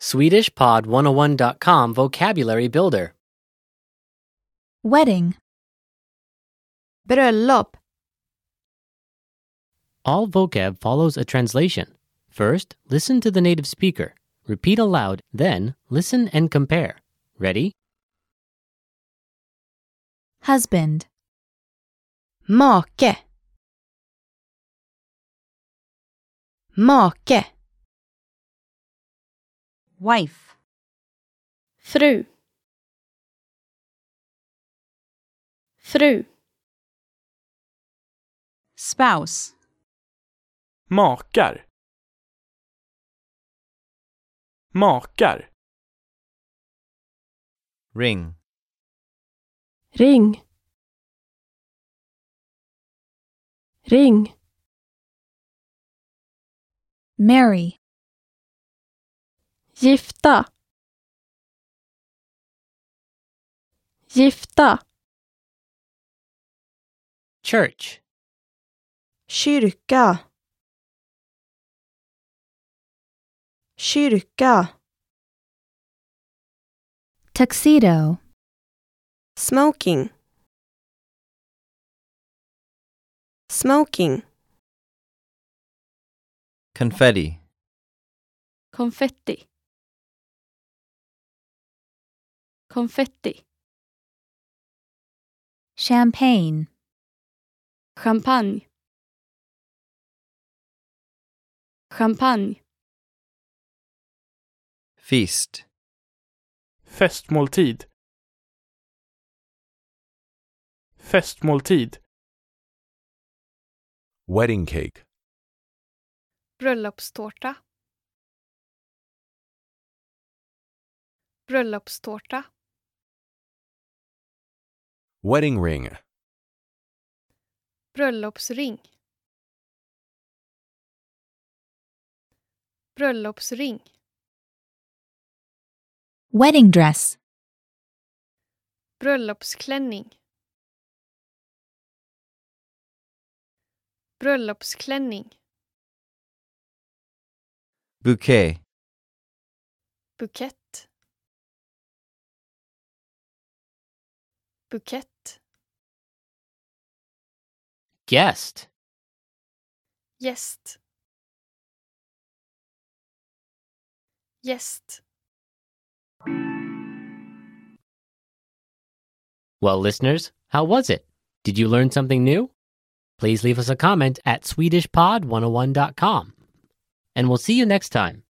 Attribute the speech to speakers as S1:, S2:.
S1: SwedishPod101.com Vocabulary Builder.
S2: Wedding.
S3: Bröllop.
S1: All vocab follows a translation. First, listen to the native speaker. Repeat aloud, then, listen and compare. Ready?
S2: Husband.
S3: Make. Make. Wife.
S4: Fru. Fru.
S3: Spouse.
S5: Makar. Makar.
S6: ring,
S4: Ring. Ring.
S2: Marry.
S4: Gifta. Gifta.
S1: Church.
S3: Kyrka. Kyrka.
S2: Tuxedo.
S3: Smoking. Smoking.
S6: confetti,
S4: Konfetti. Konfetti.
S2: Champagne.
S4: Champagne. Champagne.
S6: feast,
S5: Festmåltid. Festmåltid.
S7: Wedding cake.
S8: Bröllopstårta. Bröllopstårta.
S7: Wedding ring.
S8: Bröllopsring. Bröllopsring.
S2: Wedding dress.
S8: Bröllopsklänning. Bröllopsklänning.
S6: bouquet,
S8: Bukett. Bukett.
S1: Guest.
S8: Gäst. Gäst.
S1: Well, listeners, how was it? Did you learn something new? oh Please leave us a comment at SwedishPod101.com. And we'll see you next time.